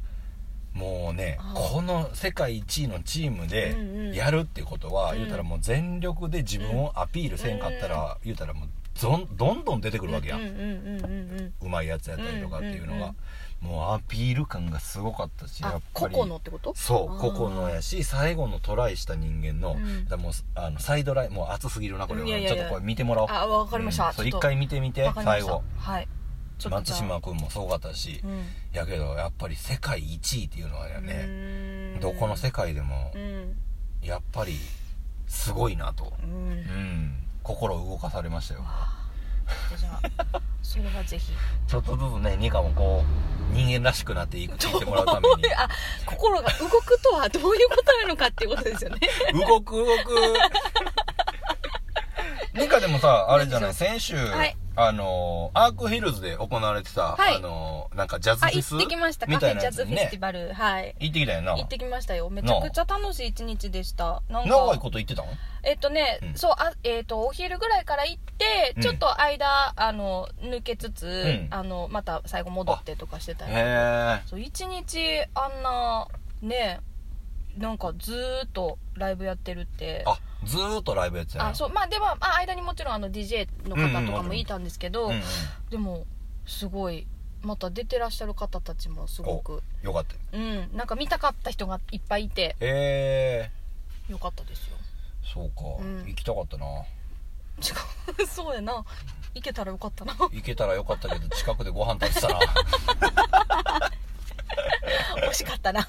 もうね
あー
この世界1位のチームで
うんうん
やるってことは、
うん
言うたらもう全力で自分をアピールせんかったら、言うたらもうどんどんどん出てくるわけや、
うんうんうんうん
うまいやつやったりとかっていうのが、
うん
もうアピール感がすごかったし
うん
や
あ
っぱ
個
り
々のってこと
そう
あー
個々のやし最後のトライした人間の,、
うん
もうあのサイドラインもう熱すぎるなこれは、
いやいやいや
ちょっとこれ見てもらおう
あわかりました
うんそう
ちょ
一
っと
回見てみて
わかりま
最
した
後
はいちょっと
松
じゃあ
島君もすごかったし、
うん
やけどやっぱり世界1位っていうのはね、
ね
どこの世界でも
うん
やっぱりすごいなと、
うん
うん、心動かされましたよ
じゃあそれはぜひ
ちょっとずつねニカもこう人間らしくなっていくって言ってもらうために
[laughs] あ心が動くとはどういうことなのかっていうこ
[laughs]
とですよね
動
[laughs]
く動くニカでもさあれじゃない先週、
はい
あのアークヒルズで行われてた、
はい
あのなんかジャズ
あ
フェ
行
ス
ってきましたカ
み
フ
たい
ェ
な
ジャ
や
ズ
つ
フ
に
ェスティ
ね
バルはい
行ってきたよな
行ってきましたよめちゃくちゃ楽しい一日でしたなんか
長いこと行ってたの
えっとね、
うん
そうあえっとお昼ぐらいから行って、
うん
ちょっと間あの抜けつつ、
ん
あのまた最後戻ってとかしてたり
へえ
そう一日あんなねなんかずーっとライブやってるって
あずーっとライブやってたよ
あそうまあでは、まあ、間にもちろんあの DJ の方とかもいたんですけど、
うんうん、
でもすごいまた出てらっしゃる方たちもすごく
よかったよ
うんなんか見たかった人がいっぱいいて
へえ
よかったですよ
そうか、
うん
行きたかったな
違う [laughs] そうやな行けたらよかったな [laughs]
行けたらよかったけど近くでご飯食べてたな
惜しかったな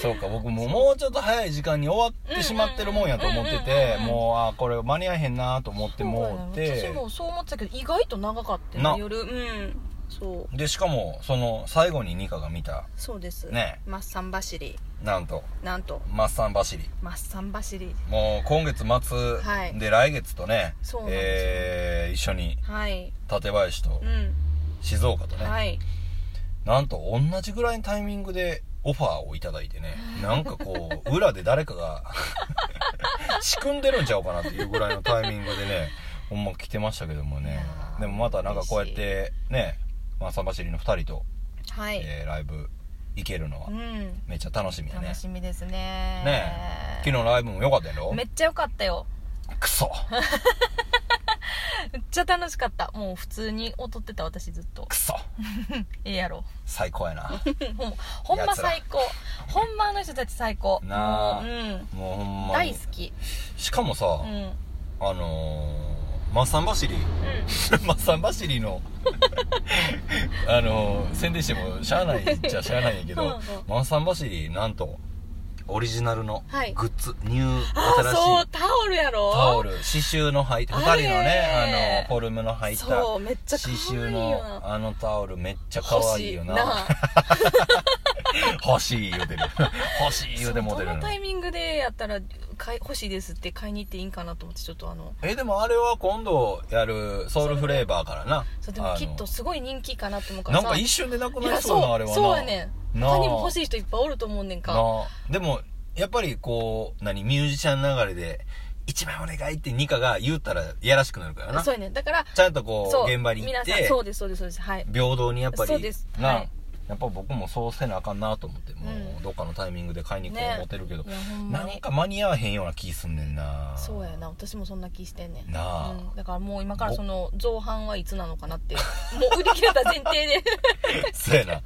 そうか僕ももうちょっと早い時間に終わってしまってるもんやと思ってて
うんうんうんうんうん
もうあこれ間に合えへんなと思ってもう
そうだよね
て
私もそう思ってたけど意外と長かったよ
な
ね夜うんそう
でしかもその最後にニカが見た
そうです
ね
マッサン走り
なんと
なんと
マッサン走り
マッサン走り
もう今月
はい
末で来月とね、
そうなんですよ
えー一緒に
はい
館林と
うん
静岡とね、
はい
なんと同じぐらいのタイミングでオファーをいただいてねなんかこう [laughs] 裏で誰かが仕組んでるんちゃうかなっていうぐらいのタイミングで
[laughs]
ねほんま来てましたけども
い
ね
やー
でもまたなんかこうやってねまあ、サバシリの2人と、
はい、
えーライブ行けるのは
うん
めっちゃ楽しみやね
楽しみですね
ね昨日のライブも良かったやろ
めっちゃ良かったよ
クソ
めっちゃ楽しかったもう普通に踊ってた私ずっと
クソ
ええやろ
最高やな
ほんまほんま
やつら
最高ほんまあの人たち最高
なあ
もううん
もうほんま
大
に
好き
しかもさ、
うんうん
あのー、マッサン走り [laughs] マッサン走りの [laughs] あのー、宣伝してもしゃあないっちゃしゃあないんやけど
うんうん
マッサン走りなんとオリジナルの
はい
グッズ、ニュー
ああ
新しい
そうタオルやろ
タオル刺繍の入った2人の
あ
ね
れ
あのフォルムの入った
そうめっちゃ可
刺繍
愛いよな
のあのタオルめっちゃ可愛いよな
欲しい
欲しい言うてる欲しい [laughs] 言うてもうてる
そうどのタイミングでやったら買い欲しいですって買いに行っていいんかなと思ってちょっとあの
えでもあれは今度やるソウルフレーバーからな
そうでもきっとすごい人気かなと思う
あ
か
のな
ら
んか
さ
一瞬でなく
い
な
や
りそうなあれ
そ
は
う
な
そうやねん
なあ
他にも欲しい人いっぱいおると思うねん
な
か
あでもやっぱりこう何ミュージシャン流れで「一番お願い」ってニカが言ったらいやらしくなるからな
そうやねんだから
ちゃんとこ
そうう
現場に行っ
皆さ
て
んそうですそうですそうですはい
平等にやっぱり
そうです
なあ、
はい
やっぱ僕もそうせなあかんなと思ってもううんどっかのタイミングで買いに行こう
ね
思ってるけど、
いやほんま
なん
に
か間に合わへんような気すんねんな
そうやな私もそんな気してんねん
なあ
うん、だからもう今からその造反はいつなのかなっ
[laughs]
てもう売り切れた前提で
そうやな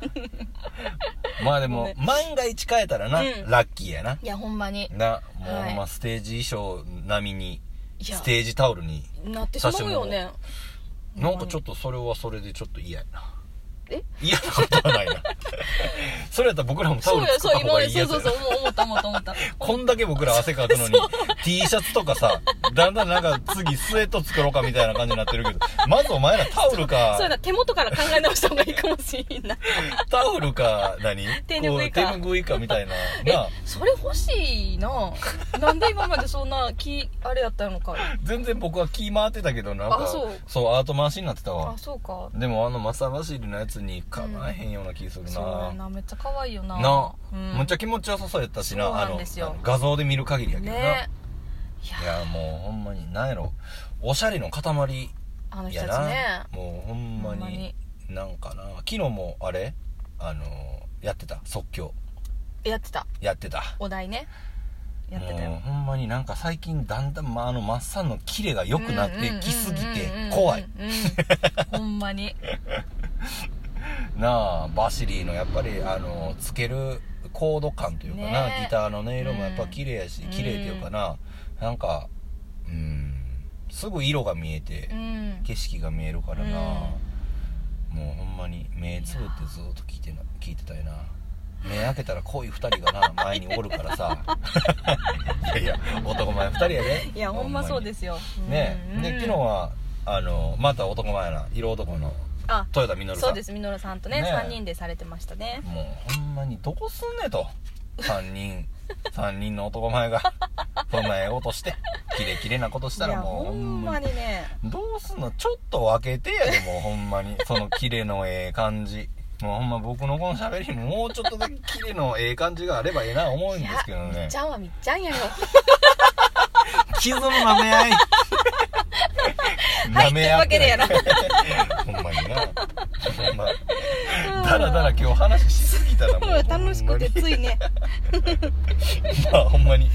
まあで
ご
も
めん
万が一変えたらな、
うん
ラッキーや [laughs] ない
やほんまに
なもう、
はい
まあステージ衣装並みに
いや
ステージタオルに
なってしまうよね
なんかちょっ
っ
とそれはそれでちょっと嫌やな
え
嫌なことは
[laughs]
ないなそれやったら僕らもタ
そ
オ
う
ル
よ
作っ
そう
た方
今ま
がい
で
い
そ
や
う
つ
そ
や
うそう
な
思う思った思った思った
こんだけ僕ら汗かくのに T シャツとかさだんだんなんか次スウェット作ろうかみたいな感じになってるけどまずお前ら [laughs] タオルか
そうやな手元から考え直した方がいいかもしれんな
タオルか何
手拭いか
こう手拭いかみたいな
え
なあ
それ欲しいななんで今までそんな気あれやったのか
全然僕は気回ってたけどなんか
あそう
アート回しになってたわ
あそうか
でもあのマサバシリのやつにかなえへんような気する
そうや
な、
なめっちゃ可愛いよな
な
う
むっちゃ気持ちよさそうやったしな
そう
あ
な
の
んですよ
あの画像で見る限りやけどな、
ね
い
いや
やもうほんまに何やろおしゃれの塊
あの人
や
たちね
なもうほんまに
ほんまに
なんかな昨日もあれあのやってた即興
やってた
やってた
お題ねやってた
もう
よ
ほんまになんか最近だんだん、まあ、あのマッサンのキレが良くなってきすぎて
うんうんうんうんうん
怖い
[laughs] うんほんまに
なあバシリーのやっぱりあのつけるコード感というかな、
ねえ
ギターの音色もやっぱ綺麗やし、
うん
綺麗というかななんかうんすぐ色が見えて、
うん
景色が見えるからな、もうほんまに目つぶってずっと聞いてな聞いてたよな目開けたら恋二人が
[laughs]
な前におるからさいやいや男前二人やね
いやほんまそうですすよ
ね
うん
で昨日はあのまた男前な色男の
あ
豊田稔さん
そうですみのるさんとね
ね
3人でされてましたね
もうほんまにどこすんねと3人3
[laughs]
人の男前がそんなええことしてキレキレなことした
い
ら
や
もう
ほんまにね
どうすんのちょっと分けてやでもうほんまにそのキレのええ感じもうほんま僕のこの喋りももうちょっとだけキレのええ感じがあればええな思うんですけど
いやみ
ね
っちゃんはみっちゃんやよ
傷の舐め合い
はいというわけでやな
なほんまになほんまだらだら今日話しすぎたらもうほんまに
楽しくてついね
まあほんまに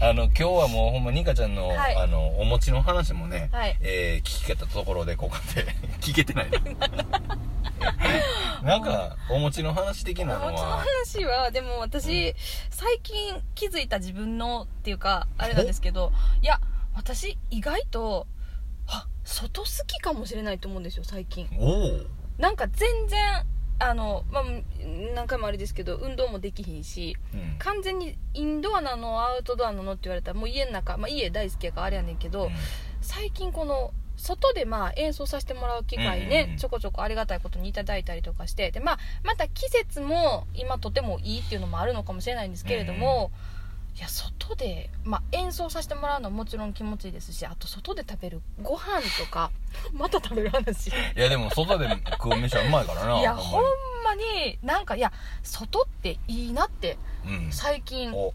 あの今日はもうほんまにかちゃんの、
はい
あのお餅の話もね、
はい
えー聞けたところでここで [laughs] 聞けて
[laughs]
ないななんかお餅の話的
お
な
餅
の
の
は
話はでも私、
うん
最近気づいた自分のっていうかあれなんですけどいや私意外とあ外好きかもしれないと思うんですよ最近
おお
なんか全然あの、まあ、何回もあれですけど運動もできひんし
うん
完全にインドアなのアウトドアなのって言われたらもう家の中、まあ、家大好きやからあれやねんけど、最近この外でまあ演奏させてもらう機会ね、
うんうんうん
ちょこちょこありがたいことにいただいたりとかしてで、まあ、また季節も今とてもいいっていうのもあるのかもしれないんですけれども、いや外で、まあ、演奏させてもらうのはもちろん気持ちいいですしあと外で食べるご
[laughs]
飯とかまた食べる話い
うんいやでも外で食う飯はうまいからない
やほんまになんかいや外っていいなって
うん
最近
お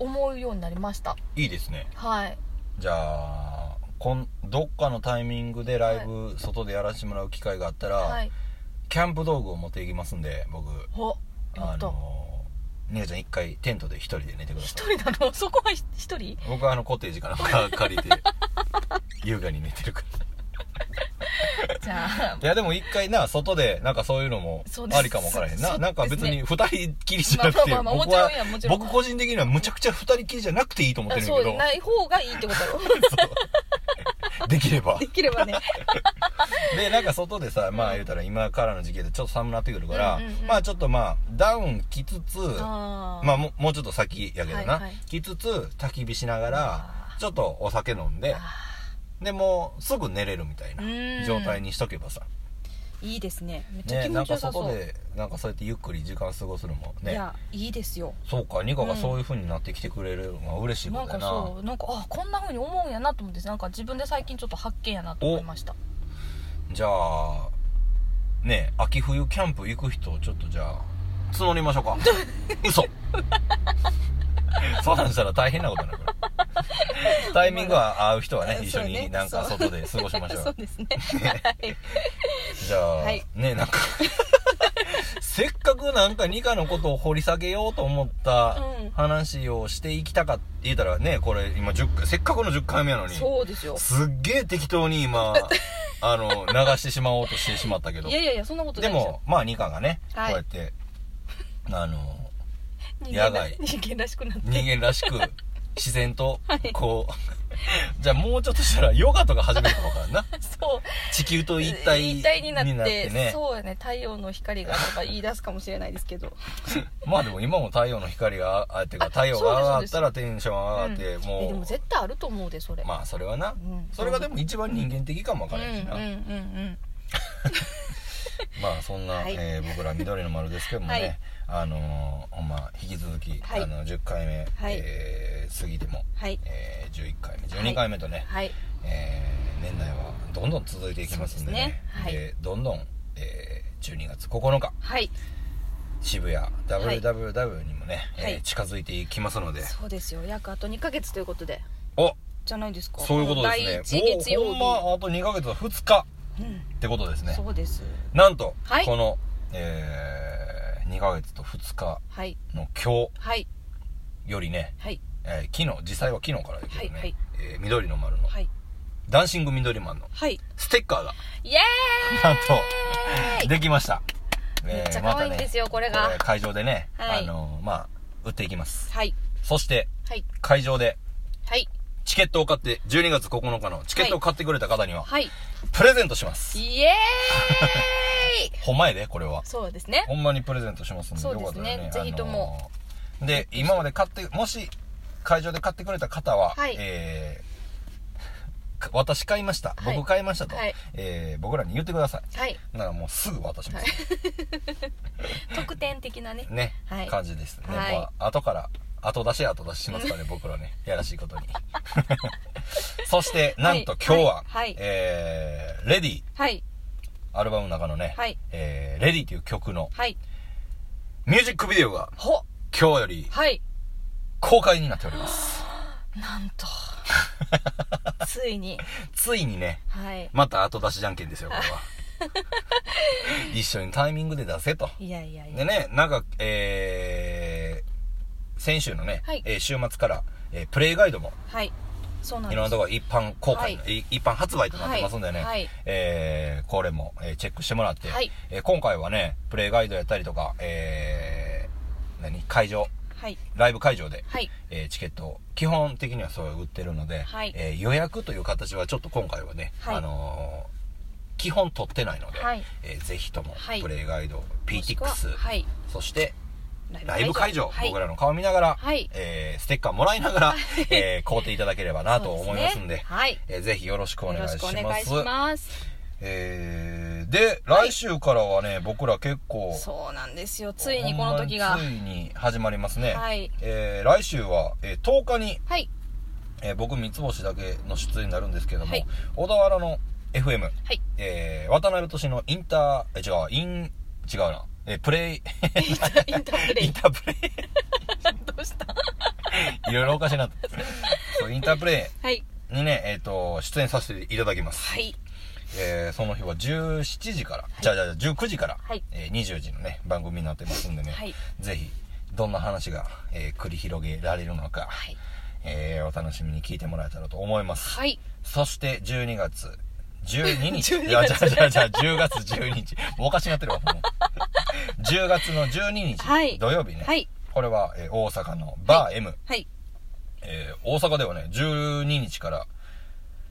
思うようになりました
いいですね
はい
じゃあこんどっかのタイミングでライブ外でやらせてもらう機会があったら、
はい
キャンプ道具を持っていきますんで僕
おや
あ
った
の姉ちゃん一回テントで一人で寝てくださ
一人なのそこは一一
[laughs]
人
い僕はあのコテージから借 [laughs] りて優雅に寝てるから
じゃあ
いやでも一回な外でなんかそういうのも
そうです
ありかもわからへん
そ
な、
う
なんか別に二人きりじゃ
まあ
なくて、
まあまあも
僕
ちろ
は
んやもちろん
僕個人的にはむちゃくちゃ二人きりじゃなくていいと思ってるんだけ
そう
ど
ない方がいいってことだ
[laughs]
ろ
できれ [laughs] ば
できればね
でなんか外でさまあ言うたら今からの時期でちょっと寒くなってくるから、
うんうんうん
まあちょっとまあダウン着つつ
あー
まあもうもうちょっと先やけどな、
はいはい
着つつ焚き火しながら
あ
ちょっとお酒飲んででもうすぐ寝れるみたいな
うん
状態にしとけばさ、
いいですねめっちゃ
ね、
気
な
持
ん
ちよ
か
さそう、
外でなんかそうやってゆっくり時間過ごすのも
い
ね
やいいですよ
そうかニカがそういう風になってきてくれるのは嬉しいこ
な
とだ
んか
な,、
そうなんかあこんな風に思うんやなと思ってなんか自分で最近ちょっと発見やなと思いました
じゃあね秋冬キャンプ行く人をちょっとじゃあ募りましょうか嘘そうなんしたら大変なことになるからタイミングは合う人はね一緒になんか外で過ごしましょう
[laughs] そうですねはい
じゃあ、
はい
ねなん
[laughs]
かせっかくなんかニカのことを掘り下げようと思った
うん
話をしていきたかって言ったらねこれ今10回せっかくの10回目なのに
そうですよ
すっげえ適当に
[laughs]
今あの流してしまおうとしてしまったけど
いやいやいやそんなことな
で
いすよ
もまあニカがね、
はい
こうやってあの
人間ら
野外
人間らしくなって
人間ら
[laughs]
しく自然とこう、じゃあもうちょっとしたらヨガとか始めるかもわからんな
そう
地球と一体
一体になって
ね
そうやね太陽の光がとか言い出すかもしれないですけど
[laughs] まあでも今も太陽の光があってか
あ
太陽が上がった
そ
らテンション上がって、
えで
も
も絶対あると思うでそれ、
うまあそれはな、
ん
それがでも一番人間的かもわからないしな、
うんうんうん
まあそんな、
はい
えー僕ら緑の丸ですけどもね、
はい
あのーほんま引き続き、
はい
あの10回目、
はい
えー過ぎても、
はい
えー11回目12回目とね、
はい
えー年内はどんどん続いていきますんでね
そうですねはい
でどんどん、えー12月9日
はい
渋谷
い
WWW にもね、
は
えー
い
近づいていきますので、
そうですよ約あと2ヶ月ということで
お
じゃないですか
そういうことですね
第1月曜
もうほ
日、
んまあと2ヶ月2日
うん
ってことですね
そうです
なんと、
はい
この、え2ヶ月と2日
はい
の今
はい
日よりね、
はい
えー昨日実際は昨日からだけどね、
はいはい
えー緑の丸の、
はい
ダンシング緑マンの
はい
ステッカーが
イエ
なん
ー
と
イ
できました
めっちゃ可愛いんですよこれ
またね
が
これ会場でね、
はい
あのーまあ売っていきます
はい
そして
はい
会場で
はい
チケットを買って12月9日のチケットを買ってくれた方には
はい
プレゼントします、
イエーイ
ほんまやでこれは
そうですね
ほんまにプレゼントしますんで
そう
よ
で
かった
す
ら
ね
ね
ぜひとも、
あのーで今まで買ってもし会場で買ってくれた方は、
はい
えーか私買いました、
はい
僕買いましたと、
はい
えー僕らに言ってください
はい
だからもうすぐ渡します、
特典的なね
ね、
はい
感じですね、
はい
まあ、後から後出し後出しします
[laughs]
からね僕らねやらしいことに [laughs] そしてなんと
はい
今日は、
はい
えーレディ
はい
アルバムの中のね、
はい
えーレディという曲の
はい
ミュージックビデオが
ほ
今日より
はい
公開になっております
なん
[laughs]
とついに
ついにね
はい
また後出しじゃんけんですよこれ
[laughs]
は一緒にタイミングで出せと
いやいやい
で
や
ねなんかえー先週のね、
はい
えー週末から、えープレイガイドも
はいそうなん
い
で
ろんな
す
ところ一般公開、、
はい
一般発売となってますんでね、
はいはい
えーこれも、えーチェックしてもらって、
はい
えー今回はね、プレイガイドやったりとか、えー何会場、
はい
ライブ会場で、
はい
えーチケットを、基本的にはそう売ってるので、
はい
えー予約という形はちょっと今回はね、
はい
あのー基本取ってないので、
はい
えーぜひとも、
はい
プレイガイド、
もしくは
PTX、
はい
そして、ラ
ラ
イブ会場、
はい
僕らの顔見ながら、
はい
えーステッカーもらいながら、えー買うていただければなと思いますんで、
そうすねはい
えーぜひよろしくお
よ
願
ろ
い
し
し
くお願
ま
い
す
し。ます
えーで、来週からはね、僕ら結構、
そうなんですよついにこの時
ほ
が
んまについに始まりますね。
はい
えー来週は、えー10日に、
はい
えー僕、三つ星だけの出演になるんですけども、
はい
小田原の FM、
はい
[laughs] えー渡辺敏のインター、え違う、イン、違うな、えープレイ、
[laughs] インタインタープレ
イ
イ
ンタープレイ。
どうした
いろいろおかしいなと。 [laughs] そう、インタープレ
はい
イにね、えっ、と、出演させていただきます。
はい
えーその日は17時から、じゃあじゃあじゃあ19時から、
はい
えー20時のね、番組になってますんでね、
はい
ぜひ、どんな話が、えー繰り広げられるのか、
はい
えーお楽しみに聞いてもらえたらと思います。
はい
そして、12月12日。
12
いや、じゃあじゃあじゃあ10月12日。もうおかしくなってるわ、もう10月の12日、
はい
土曜日ね。
はい
これは、えー大阪のバー M。
はい
えー大阪ではね、12日から、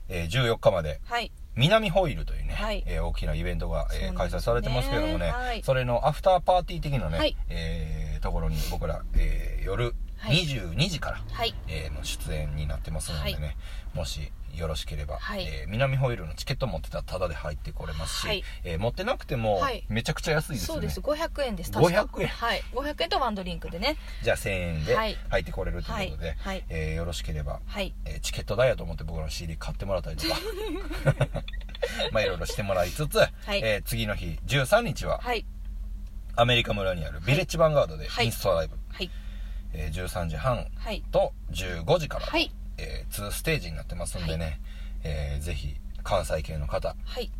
えー14日まで、
はい
南ホイールというね、
はい
えー大きなイベントが、えー
そうなん
開
ですね
催されてますけどもね、
はい
それのアフターパーティー的なね、
はい
えーところに僕ら、えー夜
はい
22時から、
はい
えーの出演になってますのでね、
は
もしよろしければ、
はい
えー南ホイールのチケット持ってたらタダで入ってこれますし、
はい
えー持ってなくても
はい
めちゃくちゃ安いです
そ
よ
う
ね、
です500円です
500円
はい500円とワンドリンクでね
じゃあ1000円で
はい
入ってこれると
は
いう
い
ことで、
はい
えーよろしければ
はい
えーチケット代やと思って僕の CD 買ってもらったり
[laughs]
とか [laughs] まあいろいろしてもらいつつ、
い
えー次の日13日は
はい
アメリカ村にあるビレッジヴァンガードで
はい
インストライブ、
はい
えー13時半
はい
と15時から、
はい
えー2ステージになってますんでね、えーぜひ関西系の方
はい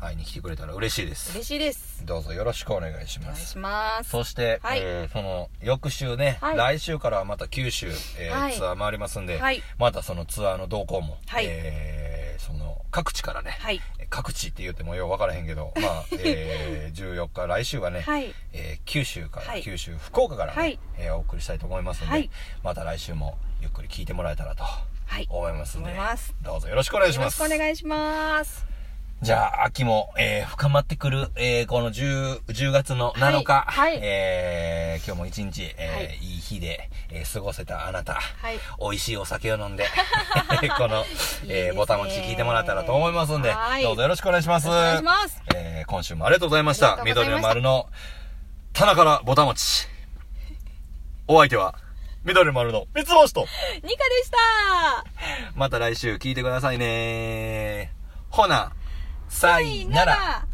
会いに来てくれたら嬉しいです
嬉しいです
どうぞよろしくお願いし
お
ま
願い
す
します
そして、
はい
えーその翌週ね、
はい
来週からはまた九州、えー
はい
ツアー回りますんで、
はい
またそのツアーの動向も、
はい
えーその各地からね、
はい
各地って言ってもよう分からへん
[laughs]
けど、まあえー14日来週はね、
はい
えー九州から、
はい
九州福岡からね、
はい
えーお送りしたいと思いますので、
はい
また来週もゆっくり聞いてもらえたらと
はい
思いますんで、
思います
どうぞよろしくお願いし
よ
ま
ろし
す
くお願いします
じゃあ、秋も、えー深まってくる、えーこの10、10月の7日、
はいはい
えー今日も一日、えー
はい
い、い日で、えー過ごせたあなた、
はい
美味しいお酒を飲
[laughs]
んで、 [laughs] この、
いいで
え
すね
ーボタンを押して聞いてもらえたらと思いますんで
は、い
どうぞよろしくお願いします。
お願いします
えー今週もありがとうございました。
ありがとう
緑
ござ
の
いました
丸の棚からボタン持ち。お相手は、緑の丸の三つ星と、
ニカでした
また来週聞いてくださいね。ほな、さいなら。